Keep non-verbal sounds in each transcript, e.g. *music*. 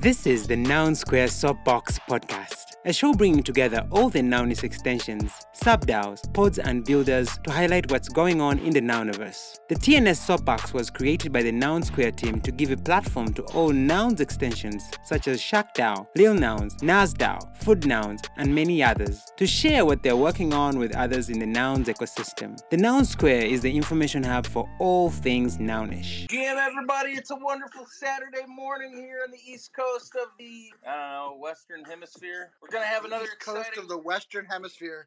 This is the Noun Square Soapbox Podcast, a show bringing together all the Nounist extensions, subDAOs, pods, and builders to highlight what's going on in the Nouniverse. The TNS Soapbox was created by the Noun Square team to give a platform to all Nouns extensions such as ShackDAO, Lil Nouns, NasDAO, Food Nouns, and many others to share what they're working on with others in the Nouns ecosystem. The Noun Square is the information hub for all things Nounish. GM, everybody, it's a wonderful Saturday morning here on the east coast of the I don't know Western Hemisphere. We're gonna have The another east coast exciting. of the Western Hemisphere.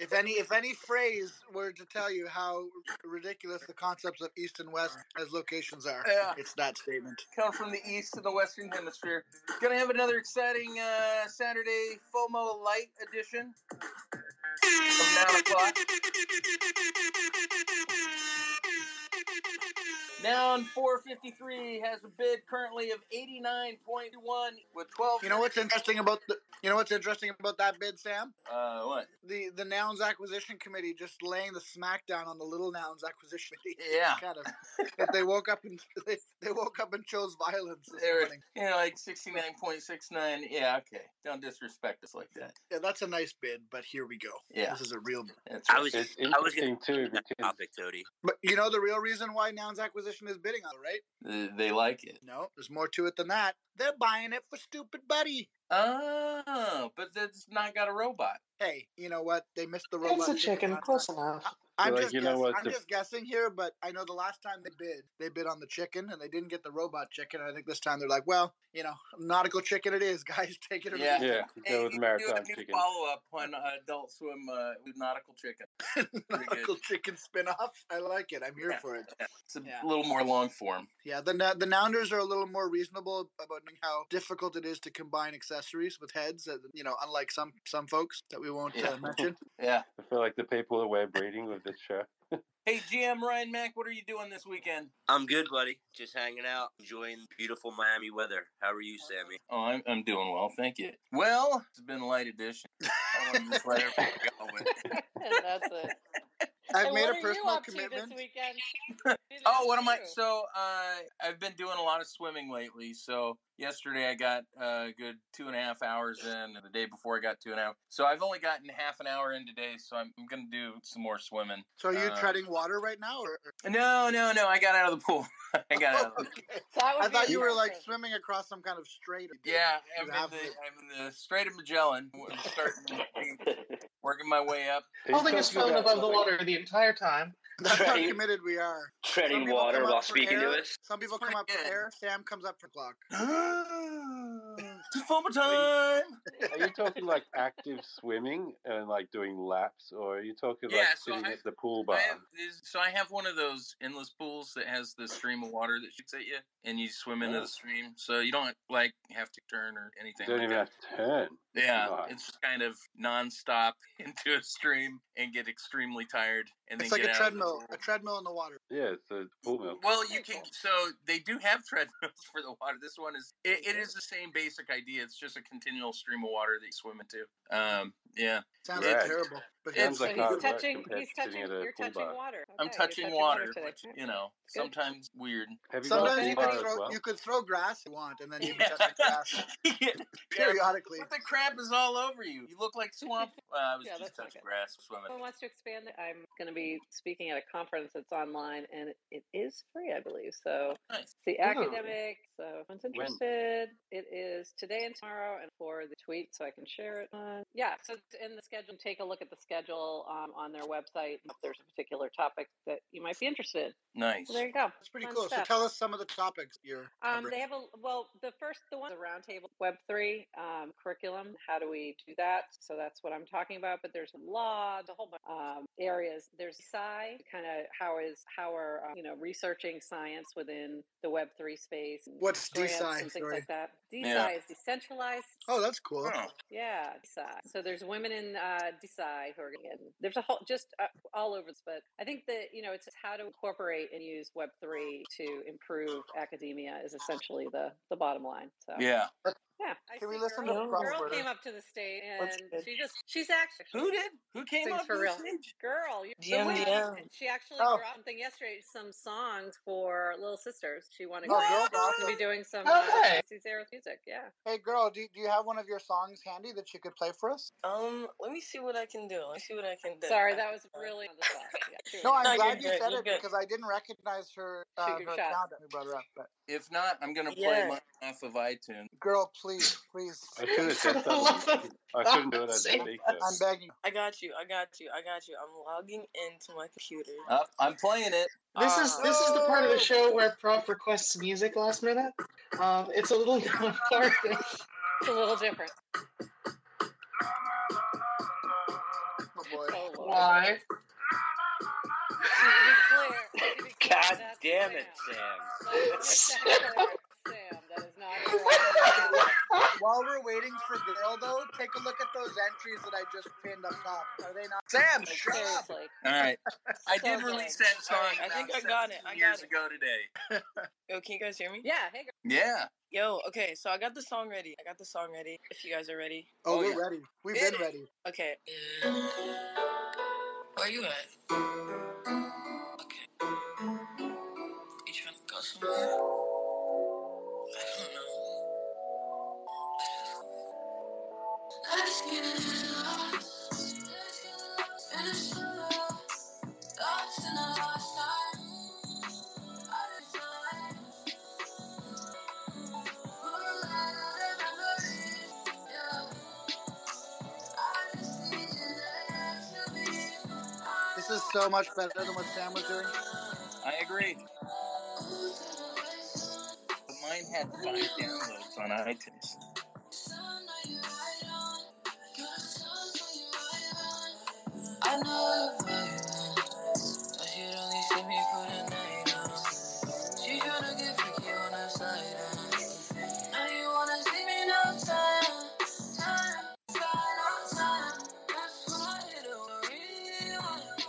if any, if any phrase were to tell you how ridiculous the concepts of East and West as locations are, *laughs* Yeah. it's that statement. uh, Come from the east and the Western Hemisphere. Gonna have another exciting uh, Saturday FOMO light edition. From nine o'clock. Noun 453 has a bid currently of 89.1 with 12. You know what's interesting about the, you know what's interesting about that bid, Sam? Uh, what? The the nouns acquisition committee just laying the smackdown on the little nouns acquisition *laughs* committee. Yeah. *laughs* Kind of. If they woke up and *laughs* they, they woke up and chose violence. This There- morning. You know, like 69.69. Yeah, okay. Don't disrespect us like that. Yeah, that's a nice bid, but here we go. Yeah. This is a real bid. That's I right. was It's I was gonna interesting too because topic, Cody. But you know the real reason why nouns acquisition is bidding on, it, right? They- they like it. No, there's more to it than that. They're buying it for stupid buddy. Oh, but that's not got a robot. Hey, you know what? They missed the robot. It's a chicken, last close time. enough. I'm Like, just you know guess- what, I'm the- just guessing here, but I know the last time they bid, they bid on the chicken and they didn't get the robot chicken. I think this time they're like, well, you know, nautical chicken it is, *laughs* guys. Take it or Yeah. leave yeah, go with maritime new chicken. follow up on uh, Adult Swim uh, with nautical *laughs* chicken. it. nautical chicken spin-off. I like it. I'm here Yeah. for it. It's a Yeah. little more long form. Yeah, the nou- the nounders are a little more reasonable about how difficult it is to combine accessories with heads. uh, You know, unlike some some folks that we won't Yeah. uh, *laughs* mention. Yeah. I feel like the people that we're breeding with this show. Hey, GM Ryan Mack, what are you doing this weekend? I'm good, buddy. Just hanging out, enjoying beautiful Miami weather. How are you, Sammy? Oh, I'm, I'm doing well. Thank you. Well, it's been light edition. I want to just let everyone go with it. And that's it. I've And made what a are you personal up to commitment. this weekend. Oh, what am *laughs* I? So, uh, I've been doing a lot of swimming lately. So, yesterday I got uh, a good two and a half hours in, and the day before I got two and a half. So, I've only gotten half an hour in today. So, I'm, I'm going to do some more swimming. So are you Um, treading water right now? Or? *laughs* or- No, no, no. I got out of the pool. *laughs* I got out. Of the *laughs* pool. Okay. That would I be thought you were like impressive. swimming across some kind of strait. or- Yeah, I'm in, You the, have I'm to. in the Strait of Magellan. I'm starting working my way up. *gasps* holding his phone above the water the entire time. That's how Right. committed we are. Some *laughs* Treading people water come up while for speaking air, to us. Some people pretty come up good. for air. Sam comes up for clock. it's FOMO time. *laughs* Are you talking like active swimming and like doing laps, or are you talking like Yeah, so sitting I- at the pool I bar? have these- so I have one of those endless pools that has the stream of water that shoots at you, and you swim into Oh. the stream. So you don't like have to turn or anything. Don't like even that. have to turn. Yeah, Nice. it's just kind of nonstop *laughs* into a stream and get extremely tired. And It's then like a get out of the treadmill. pool. A treadmill in the water. Yeah, it's a pool mill. Well, you can. So they do have *laughs* treadmills for the water. This one is. It, it is the same basic idea. It's just a continual stream of water that you swim into. Um, yeah, Sounds Right. like terrible. But It's- it's So like hard he's work touching. compared He's to touching. sitting at a You're pool touching bar. water. I'm Okay, you're touching water, today. which you know sometimes weird. *laughs* Have you got a sometimes pool you bar could as throw well? you could throw grass if you want, and *laughs* then you Yeah. can touch the grass *laughs* *laughs* Yeah, periodically. What the crap is all over you? You look like *laughs* swamp. Well, I was Yeah, just that's not touching good. Oh, grass Someone swimming. wants to expand it. I'm going to Mm-hmm. be speaking at a conference that's online, and it- it is free, I believe. So Nice. it's the Oh. academic. So if anyone's When? interested, it is today and tomorrow, and for the tweet, so I can share it. On. Yeah, so it's in the schedule. Take a look at the schedule um, on their website if there's a particular topic that you might be interested. in. Nice. So there you go. That's pretty Fun cool. So stuff. tell us some of the topics you're. Um, covering. they have a well. The first, the one, the roundtable Web three um, curriculum. How do we do that? So that's what I'm talking about. But there's law, the whole bunch of um, areas. There's sci, kind of how is how are um, you know researching science within the Web three space. and What's grants DSci? and things Sorry. like that. DSci Yeah. is decentralized. Oh, that's cool. Oh, Yeah, DSI. So there's women in uh, DSI who are getting, there's a whole, just uh, all over, but I think that, you know, it's how to incorporate and use Web3 to improve academia is essentially the, the bottom line. So yeah. Yeah. I Can we see listen girl, to girl Crossword? came up to the stage That's and good. she just she's actually Who did? Who came Sings up for on real. stage? girl. you- Jim uh, Jim. she actually Oh. dropped something yesterday, some songs for Little Sisters. She wanted Oh, to girl's awesome. be doing some Oh, uh, hey. Cece Sarah music. Yeah. Hey, girl, do, do you have one of your songs handy that you could play for us? Um, let me see what I can do. Let me see what I can do. Sorry, that was really on the spot. Yeah, she *laughs* No, was- I'm No, glad you you're good, said you're it good. because I didn't recognize her uh, her Shoot your shot. account that we brought her up. But If not, I'm gonna play Yeah. mine off of iTunes. girl, please, please, *laughs* I should *laughs* have *laughs* said something. I couldn't do it as a speaker. I'm begging. I got you. I got you. I got you. I'm logging into my computer. Up, I'm playing it. Uh, This is Ah. this is the part of Oh, the show where Prop requests music last minute. Um, it's a little *laughs* known part. of- It's a little different. Oh boy. Oh, Lord. Why? To be clear, to be clear, *laughs* God that's damn it, Sam. Sam. Let's make *laughs* that clear. Sam, that is not correct. While we're waiting for girl though, take a look at those entries that I just pinned up top. Are they not? Sam, Like, shut up. seriously. All *laughs* right, I So did good. release that song. All right, I think about I got it. 17 I got years it. ago today. Yo, can you guys hear me? Yeah, hey, girl. Yeah, Yo, okay, so I got the song ready. I got the song ready. If you guys are ready. Oh, Oh, we're yeah. ready. We've Hit been it. ready. Okay. Where you at? Okay. You trying to go somewhere? I don't know. Let's just go. Let's get lost. Let's get lost. Lost in our lost time. Out of time. We're out of memories. Yeah. I just need you next to me. This is so much better than what Sam was doing. I agree. But mine had five downloads on iTunes. I know the vibe, but she don't need see me for the night. uh. She tryna get freaky on the side. uh. Now you wanna see me no time, time, time, no time. That's why I hit her with a rewind.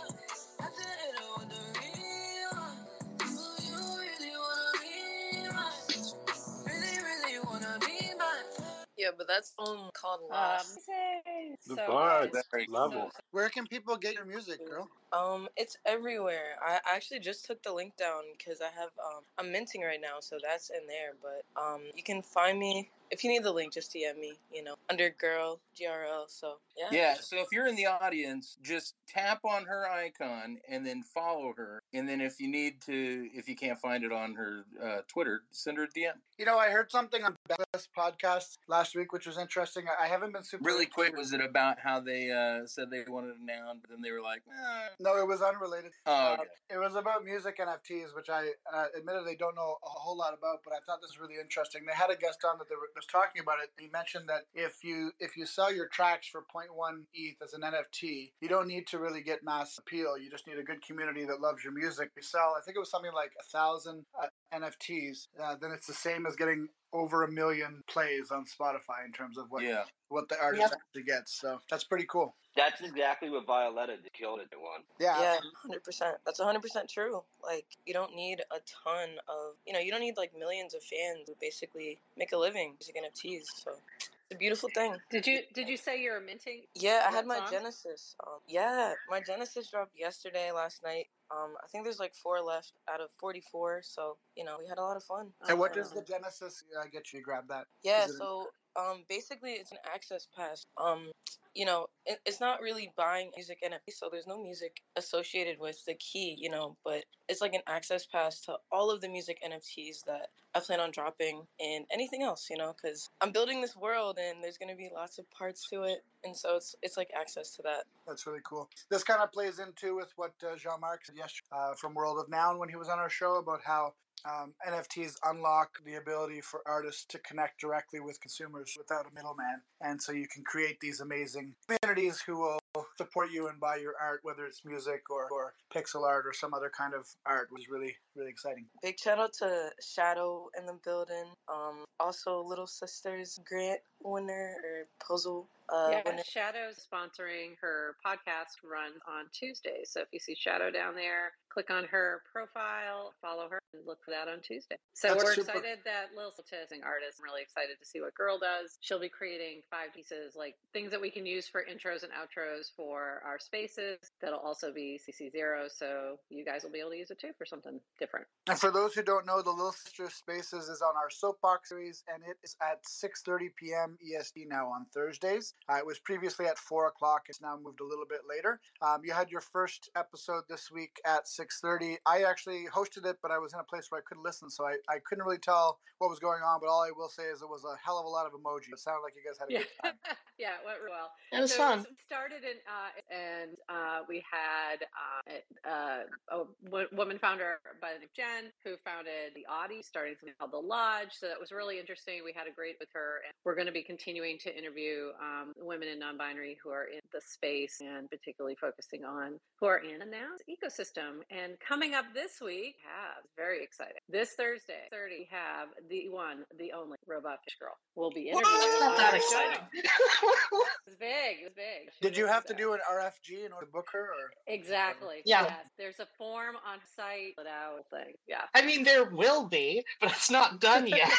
I have to hit her with a rewind. Do you really wanna be mine? Really, really wanna be mine? Yeah, but that's um called Lost. Amazing. The So bar good. that Very level. So- Where can people get your music, girl? Um, it's everywhere. I actually just took the link down because I have um, I'm minting right now, so that's in there. But um, you can find me if you need the link. Just DM me, you know, under girl grl. So yeah, Yeah, *laughs* so if you're in the audience, just tap on her icon and then follow her. And then if you need to, if you can't find it on her uh, Twitter, send her a DM. You know, I heard something on Beth's podcast last week, which was interesting. I I haven't been super Really quick, was it about how they uh, said they wanted a noun, but then they were like, eh. No, it was unrelated. oh, Uh, okay. it was about music NFTs, which I uh, admittedly don't know a whole lot about, but I thought this was really interesting. They had a guest on that they were, was talking about it. He mentioned that if you if you sell your tracks for 0.1 ETH as an NFT, you don't need to really get mass appeal. You just need a good community that loves your music. You sell, I think it was something like a thousand uh, NFTs, uh, then it's the same as getting over a million plays on Spotify in terms of what yeah. what the artist actually gets. So that's pretty cool. That's exactly what Violetta did. Killed it at one. Yeah, yeah, hundred percent. That's hundred percent true. Like you don't need a ton of, you know, you don't need like millions of fans who basically make a living using NFTs. So it's a beautiful thing. Did you did you say you're minting? Yeah, I That had my song? Genesis. Um, yeah, my Genesis dropped yesterday, last night. Um, I think there's like four left out of 44. So, you know, we had a lot of fun. And what Uh, does the Genesis uh, get you? Grab that. Yeah, Is it- so um, basically it's an access pass. Um, you know, it, it's not really buying music NFT, so there's no music associated with the key, you know, but it's like an access pass to all of the music NFTs that I plan on dropping and anything else, you know, because I'm building this world and there's going to be lots of parts to it. And so it's, it's like access to that. That's really cool. This kind of plays into with what uh, Jean Marc said yesterday uh, from World of Noun when he was on our show about how um, NFTs unlock the ability for artists to connect directly with consumers without a middleman. And so you can create these amazing communities who will support you and buy your art, whether it's music or, or pixel art or some other kind of art, was really, really exciting. Big shout out to Shadow in the building. Um, also Little Sisters Grant winner or puzzle uh, yeah, winner. Shadow's sponsoring her podcast run on Tuesdays. So if you see Shadow down there, click on her profile, follow her, and look for that on Tuesday. So That's we're super. excited that Lil is an artist. I'm really excited to see what Girl does. She'll be creating five pieces, like things that we can use for intros and outros for our spaces. That'll also be CC0. So you guys will be able to use it too for something different. And for those who don't know, the Little Sister Spaces is on our soapbox series, and it is at 6:30 p.m. EST E now on Thursdays. Uh, it was previously at four o'clock; it's now moved a little bit later. Um, you had your first episode this week at 6:30. I actually hosted it, but I was in a place where I couldn't listen, so I, I couldn't really tell what was going on. But all I will say is it was a hell of a lot of emoji. It sounded like you guys had a Yeah. good time. *laughs* yeah, it went real well. It was so fun. it started in, uh, and uh, we had uh, uh, a wo- woman founder by the name of Jen who founded the Audi, starting something called the Lodge. So that was really interesting. We had a great with her, and we're going to be continuing to interview um, women and non-binary who are in the space, and particularly focusing on who are in the now ecosystem. And coming up this week, we have very exciting this Thursday, thirty we have the one, the only robot fish girl. will be interviewed. It's not on that our exciting. show. It's big. It's big. She Did you will be have to back. do an RFG in order to book her? Or? Exactly. Yeah. Yes. There's a form on site. That whole thing. Yeah. *laughs* I mean, there will be, but it's not *laughs* done yet.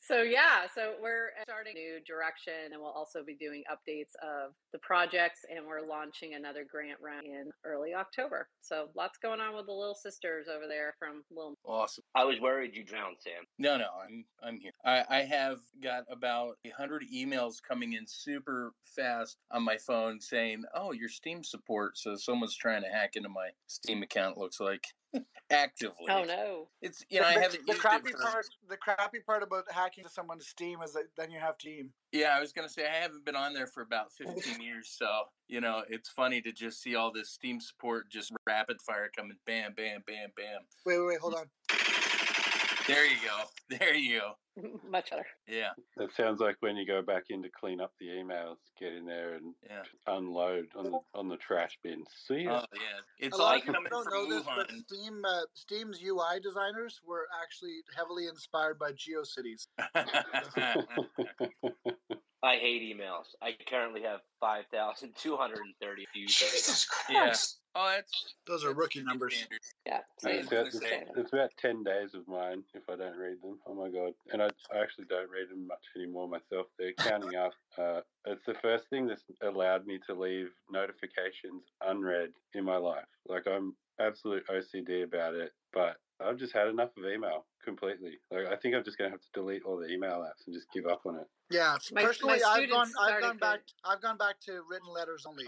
So yeah, so we're starting a new direction, and we'll also be doing updates of the projects, and we're launching another grant round in early October. So lots going on with the little sisters over there from Little. Awesome. I was worried you drowned, Sam. No, no, I'm I'm here. I, I have got about a hundred emails coming in super fast on my phone saying, "Oh, your Steam support." So someone's trying to hack into my Steam account. Looks like *laughs* actively. Oh no! *laughs* It's you know I the, haven't the used crappy it for- part. The crappy part about hacking to someone's Steam is that then you have Steam. Yeah, I was gonna say I haven't been on there for about *laughs* fifteen years, so you know it's funny to just see all this Steam support just rapid fire coming, bam, bam, bam, bam. Wait, wait, wait, hold on. There you go, *laughs* there you go. Much better. Yeah, That sounds like when you go back in to clean up the emails, get in there and yeah, unload on the on the trash bin. See ya. oh yeah. It's a lot all of people coming don't from know this, but Wuhan. Steam uh, Steam's UI designers were actually heavily inspired by GeoCities. I hate emails. I currently have 5,230 views. Jesus Yeah. Christ. *laughs* oh, that's *laughs* Those are that's rookie pretty numbers. standard. Yeah. *laughs* No, So I you was it's, about, gonna just it's, say, save *laughs* it. it's about 10 days of mine if I don't read them. Oh my God. And I, I actually don't read them much anymore myself. They're counting up. Uh, it's the first thing that's allowed me to leave notifications unread in my life. Like, I'm absolute OCD about it, but I've just had enough of email completely. Like, I think I'm just going to have to delete all the email apps and just give up on it. Yeah, My- personally, my I've gone, students I've started gone back, to- I've gone back to written letters only,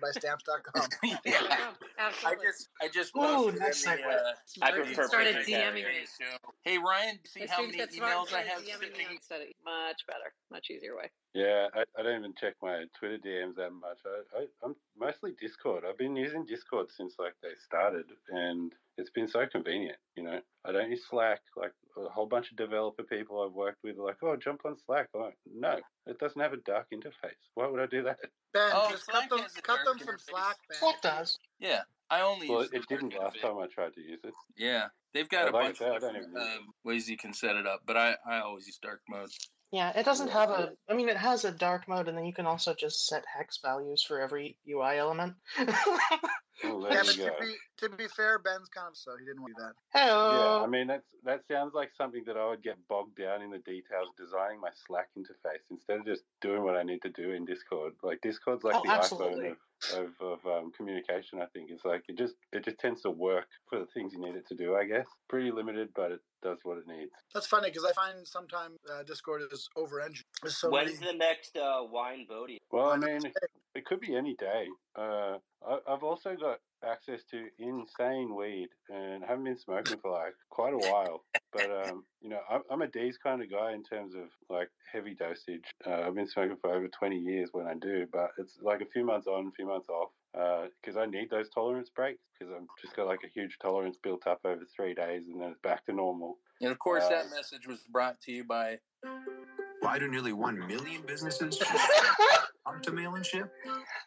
*laughs* by Stamps.com. yeah. No, I absolutely. just I just Ooh, posted in nice the, segue. uh, I Mark prefer started Breaking DMing Barriers. me. Hey Ryan, see My how students many got smart and emails I started have DMing me sitting instead of much better, much easier way. Yeah, I, I don't even check my Twitter DMs that much. I, I, I'm mostly Discord. I've been using Discord since like they started, and it's been so convenient. You know, I don't use Slack. Like a whole bunch of developer people I've worked with are like, "Oh, jump on Slack." I'm like, no, it doesn't have a dark interface. Why would I do that? Ben, Oh, just Slack cut them, has a cut dark them from interface. Slack, Ben. What does? Yeah, I only Well, use it, it dark didn't last interface. time I tried to use it. Yeah, they've got I a like bunch that. I of don't different even use it. um, ways you can set it up, but I, I always use dark mode. Yeah, it doesn't Yeah. have a. I mean, it has a dark mode, and then you can also just set hex values for every UI element. Well, Yeah, Oh, *laughs* there but you to go. be to be fair, Ben's kind of so he didn't want to do that. Yeah, I Hello. mean that's that sounds like something that I would get bogged down in the details designing my Slack interface instead of just doing what I need to do in Discord. Like Discord's like Oh, the absolutely. iPhone of of, of um, communication. I think it's like it just it just tends to work for the things you need it to do. I guess pretty limited, but it does what it needs. That's funny because I find sometimes uh, Discord is over-engineered. There's so many. When's the next uh, wine voting? Well, I Why not mean, it could be any day. Uh, I, I've also got access to insane weed and haven't been smoking for like quite a while. But um, you know, I'm, I'm a D's kind of guy in terms of like heavy dosage. Uh, I've been smoking for over 20 years when I do, but it's like a few months on, a few months off. Because I need those tolerance breaks because I've just got like a huge tolerance built up over three days, and then it's back to normal. And of course, Uh, that message was brought to you by. *laughs* *laughs* Why do nearly 1 million businesses? Come to mail and ship.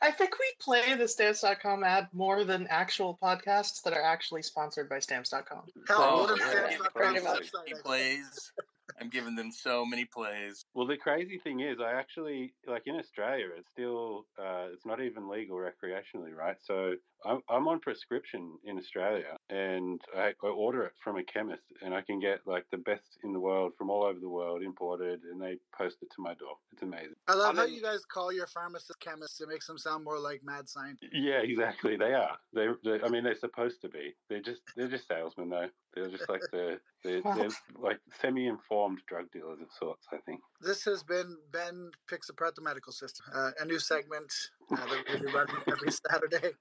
I think we play the stamps.com ad more than actual podcasts that are actually sponsored by stamps.com. Hell, Oh, what if yeah, Sam's not on the pretty much. website? He I think? plays. I'm giving them so many plays. Well, the crazy thing is, I actually like in Australia, it's still uh, it's not even legal recreationally, right? So I'm I'm on prescription in Australia, and I, I order it from a chemist, and I can get like the best in the world from all over the world imported, and they post it to my door. It's amazing. I love I how mean- you guys call your pharmacist chemists. It makes them sound more like mad scientists. Yeah, exactly. They are. They, they I mean, they're supposed to be. They're just they're just salesmen though. They're just like the they're, they're like semi-informed drug dealers of sorts. I think. This has been Ben Picks Apart the Medical System, uh, a new segment uh, that we'll be running every Saturday.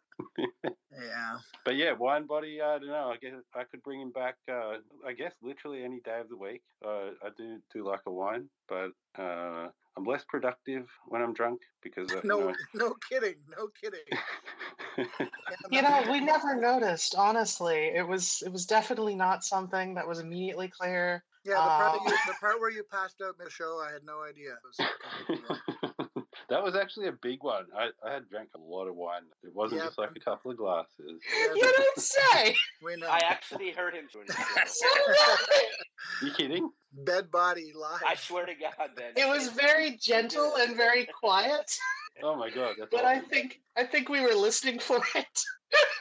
Yeah. But yeah, Winebody, I don't know. I guess I could bring him back. Uh, I guess literally any day of the week. Uh, I do do like a wine, but uh, I'm less productive when I'm drunk because *laughs* uh, No, You no kidding. No kidding. know, You know, we never noticed, honestly. It was it was definitely not something that was immediately clear. Yeah, the part, that Uh, you, the part where you passed out in the show, I had no idea. It was- *laughs* oh, *laughs* that was actually a big one. I, I had drank a lot of wine. It wasn't Yeah, just like a couple of glasses. *laughs* Yeah, You don't say. we know. I actually heard him doing it. *laughs* So nothing. You kidding? Bed body live. I swear to God, Ben. *laughs* It was very gentle and very quiet, Oh my god, that's but I awesome. think I think we were listening for it.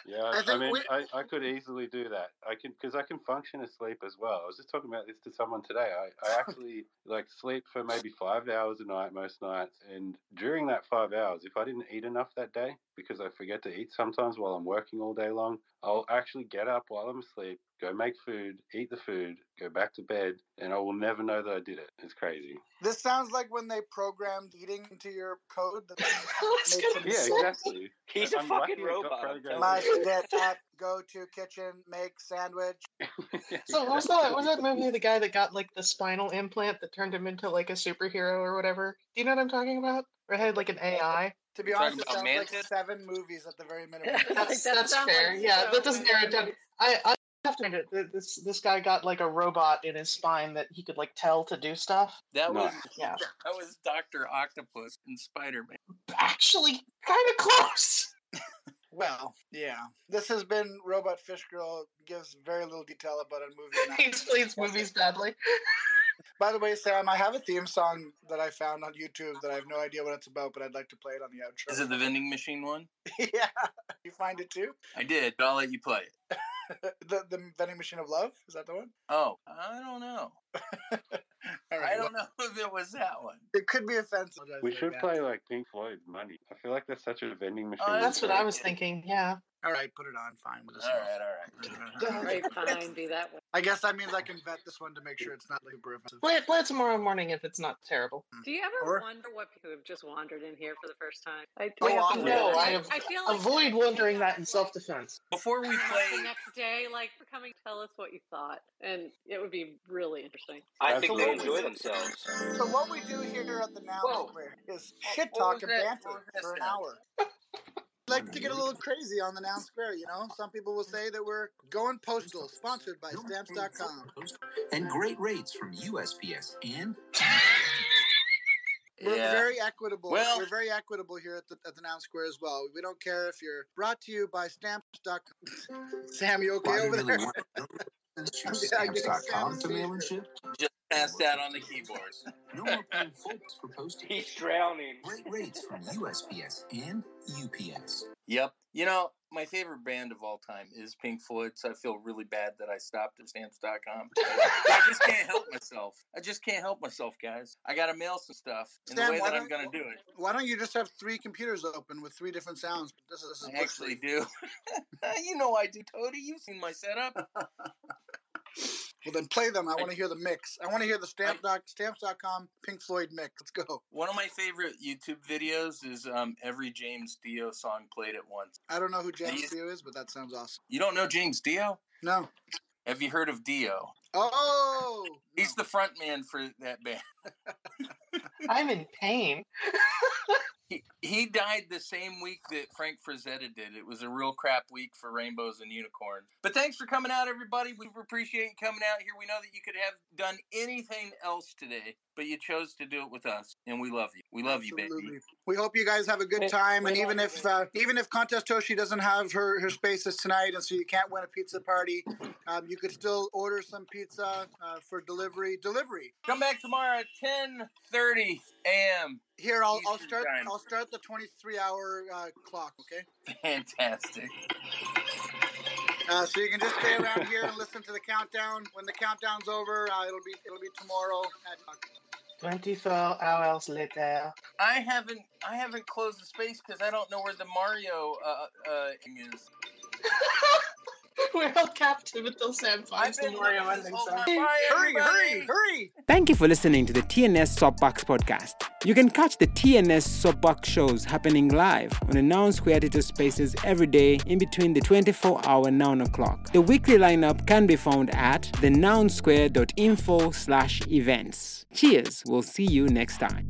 Yeah, I I, think mean, we- I, I could easily do that. I can because I can function asleep as well. I was just talking about this to someone today. I, *laughs* I actually like sleep for maybe five hours a night most nights, and during that five hours, if I didn't eat enough that day because I forget to eat sometimes while I'm working all day long, I'll actually get up while I'm asleep, go make food, eat the food, go back to bed, and I will never know that I did it. It's crazy. This sounds like when they programmed eating into your code. That *laughs* I was Make gonna some- Yeah, say- exactly. He's a I'm lucky fucking I got robot. I'm programmed telling must you. *laughs* get up, go to kitchen, make sandwich. So what was that? What was that movie? The guy that got like the spinal implant that turned him into like a superhero or whatever. Do you know what I'm talking about? Or had like an AI. To be You're honest, talking it about sounds like Mantis? seven movies at the *laughs* very *laughs* minimum. That's That that's sounds fair. like yeah, so that doesn't narrow it down. *laughs* *laughs* many- I I have to admit that this this guy got like a robot in his spine that he could like tell to do stuff. That was Nice. Yeah, that was Doctor Octopus and Spider Man. actually, kind of close. *laughs* Well, yeah. This has been Robot Fish Girl gives very little detail about a movie. *laughs* and he explains movies badly. By the way, Sam, I have a theme song that I found on YouTube that I have no idea what it's about, but I'd like to play it on the outro. Is it the vending machine one? *laughs* yeah, you find it too. *laughs* I did. But I'll let you play it. The the vending machine of love is that the one? Oh, I don't know. All I right, don't *laughs* know if it was that one. well, it could be offensive. We should play like Pink Floyd Money. I feel like that's such a vending machine. that's Oh, That's what I was Yeah. thinking. Yeah. All right, put it on. Fine. We'll just All right, all right. *laughs* *laughs* Go ahead. Right, fine, do that one. I guess that means I can vet this one to make sure it's not super offensive. Play it, play it tomorrow morning if it's not terrible. Do you ever Or- wonder what people have just wandered in here for the first time? I, Oh, I have to I'm- No, wonder. I have- feel Oh, Avoid wondering that in self defense. Before we The play, next day, like for coming, tell us what you thought, and it would be really interesting. I think they Absolutely. enjoy themselves. So what we do here at the Now Whoa. Square is What- shit what talk was and that? banter What was that for an sound? hour. like to get a little crazy on the Noun Square, you know? Some people will say that we're going postal, sponsored by stamps.com. And great rates from USPS and *laughs* We're yeah. very equitable. Well- we're very equitable here at the, at the Noun Square as well. We don't care if you're brought to you by stamps.com. *laughs* Sam, you okay why you over really there? *laughs* want to choose I'm getting stamps.com Sam to a mail and ship. Just passed out on the keyboard. No more paying folks for postage. *laughs* He's drowning. Great rates from USPS and UPS. Yep. You know, my favorite band of all time is Pink Floyd, so I feel really bad that I stopped at stamps.com. I just can't help myself. I just can't help myself, guys. I got to mail some stuff in the Sam, way why that I'm don't- going to do it. Why don't you just have three computers open with three different sounds? This is, this is I actually do. *laughs* you know I do, Cody. You've seen my setup. Well, then play them. I want to hear the mix. I want to hear the stamp doc, stamps.com Pink Floyd mix. Let's go. One of my favorite YouTube videos is um, every James Dio song played at once. I don't know who James Dio is, but that sounds awesome. You don't know James Dio? No. Have you heard of Dio? Oh, He's the front man for that band. *laughs* I'm in pain. He, He died the same week that Frank Frazetta did. It was a real crap week for rainbows and unicorns. But thanks for coming out, everybody. We appreciate you coming out here. We know that you could have done anything else today, but you chose to do it with us, and we love you. We love you, baby. Absolutely. We hope you guys have a good We- time. we and love even you, if uh, even if Contest Toshi doesn't have her, her spaces tonight, and so you can't win a pizza party, um, you could still order some pizza uh, for delivery. Delivery Come back tomorrow at ten thirty a.m. here. I'll, I'll Eastern start. time. I'll start the twenty three hour uh, clock. Okay. *laughs* Fantastic. Uh, so you can just stay around here and listen to the countdown. When the countdown's over, uh, it'll be it'll be tomorrow. At, uh, 24 *laughs* hours later. *laughs* I haven't I haven't closed the space because I don't know where the Mario uh, uh, thing is. We're all captive until Sam I've finds the been Mario looking this ending whole song. time. Bye, hurry! Hurry! everybody. Hurry! Thank you for listening to the TNS Soapbox podcast. You can catch the TNS Soapbox shows happening live on the Noun Square Theatre Spaces every day in between the 24 hour Noun o'clock. The weekly lineup can be found at thenounsquare.info slash events. Cheers. We'll see you next time.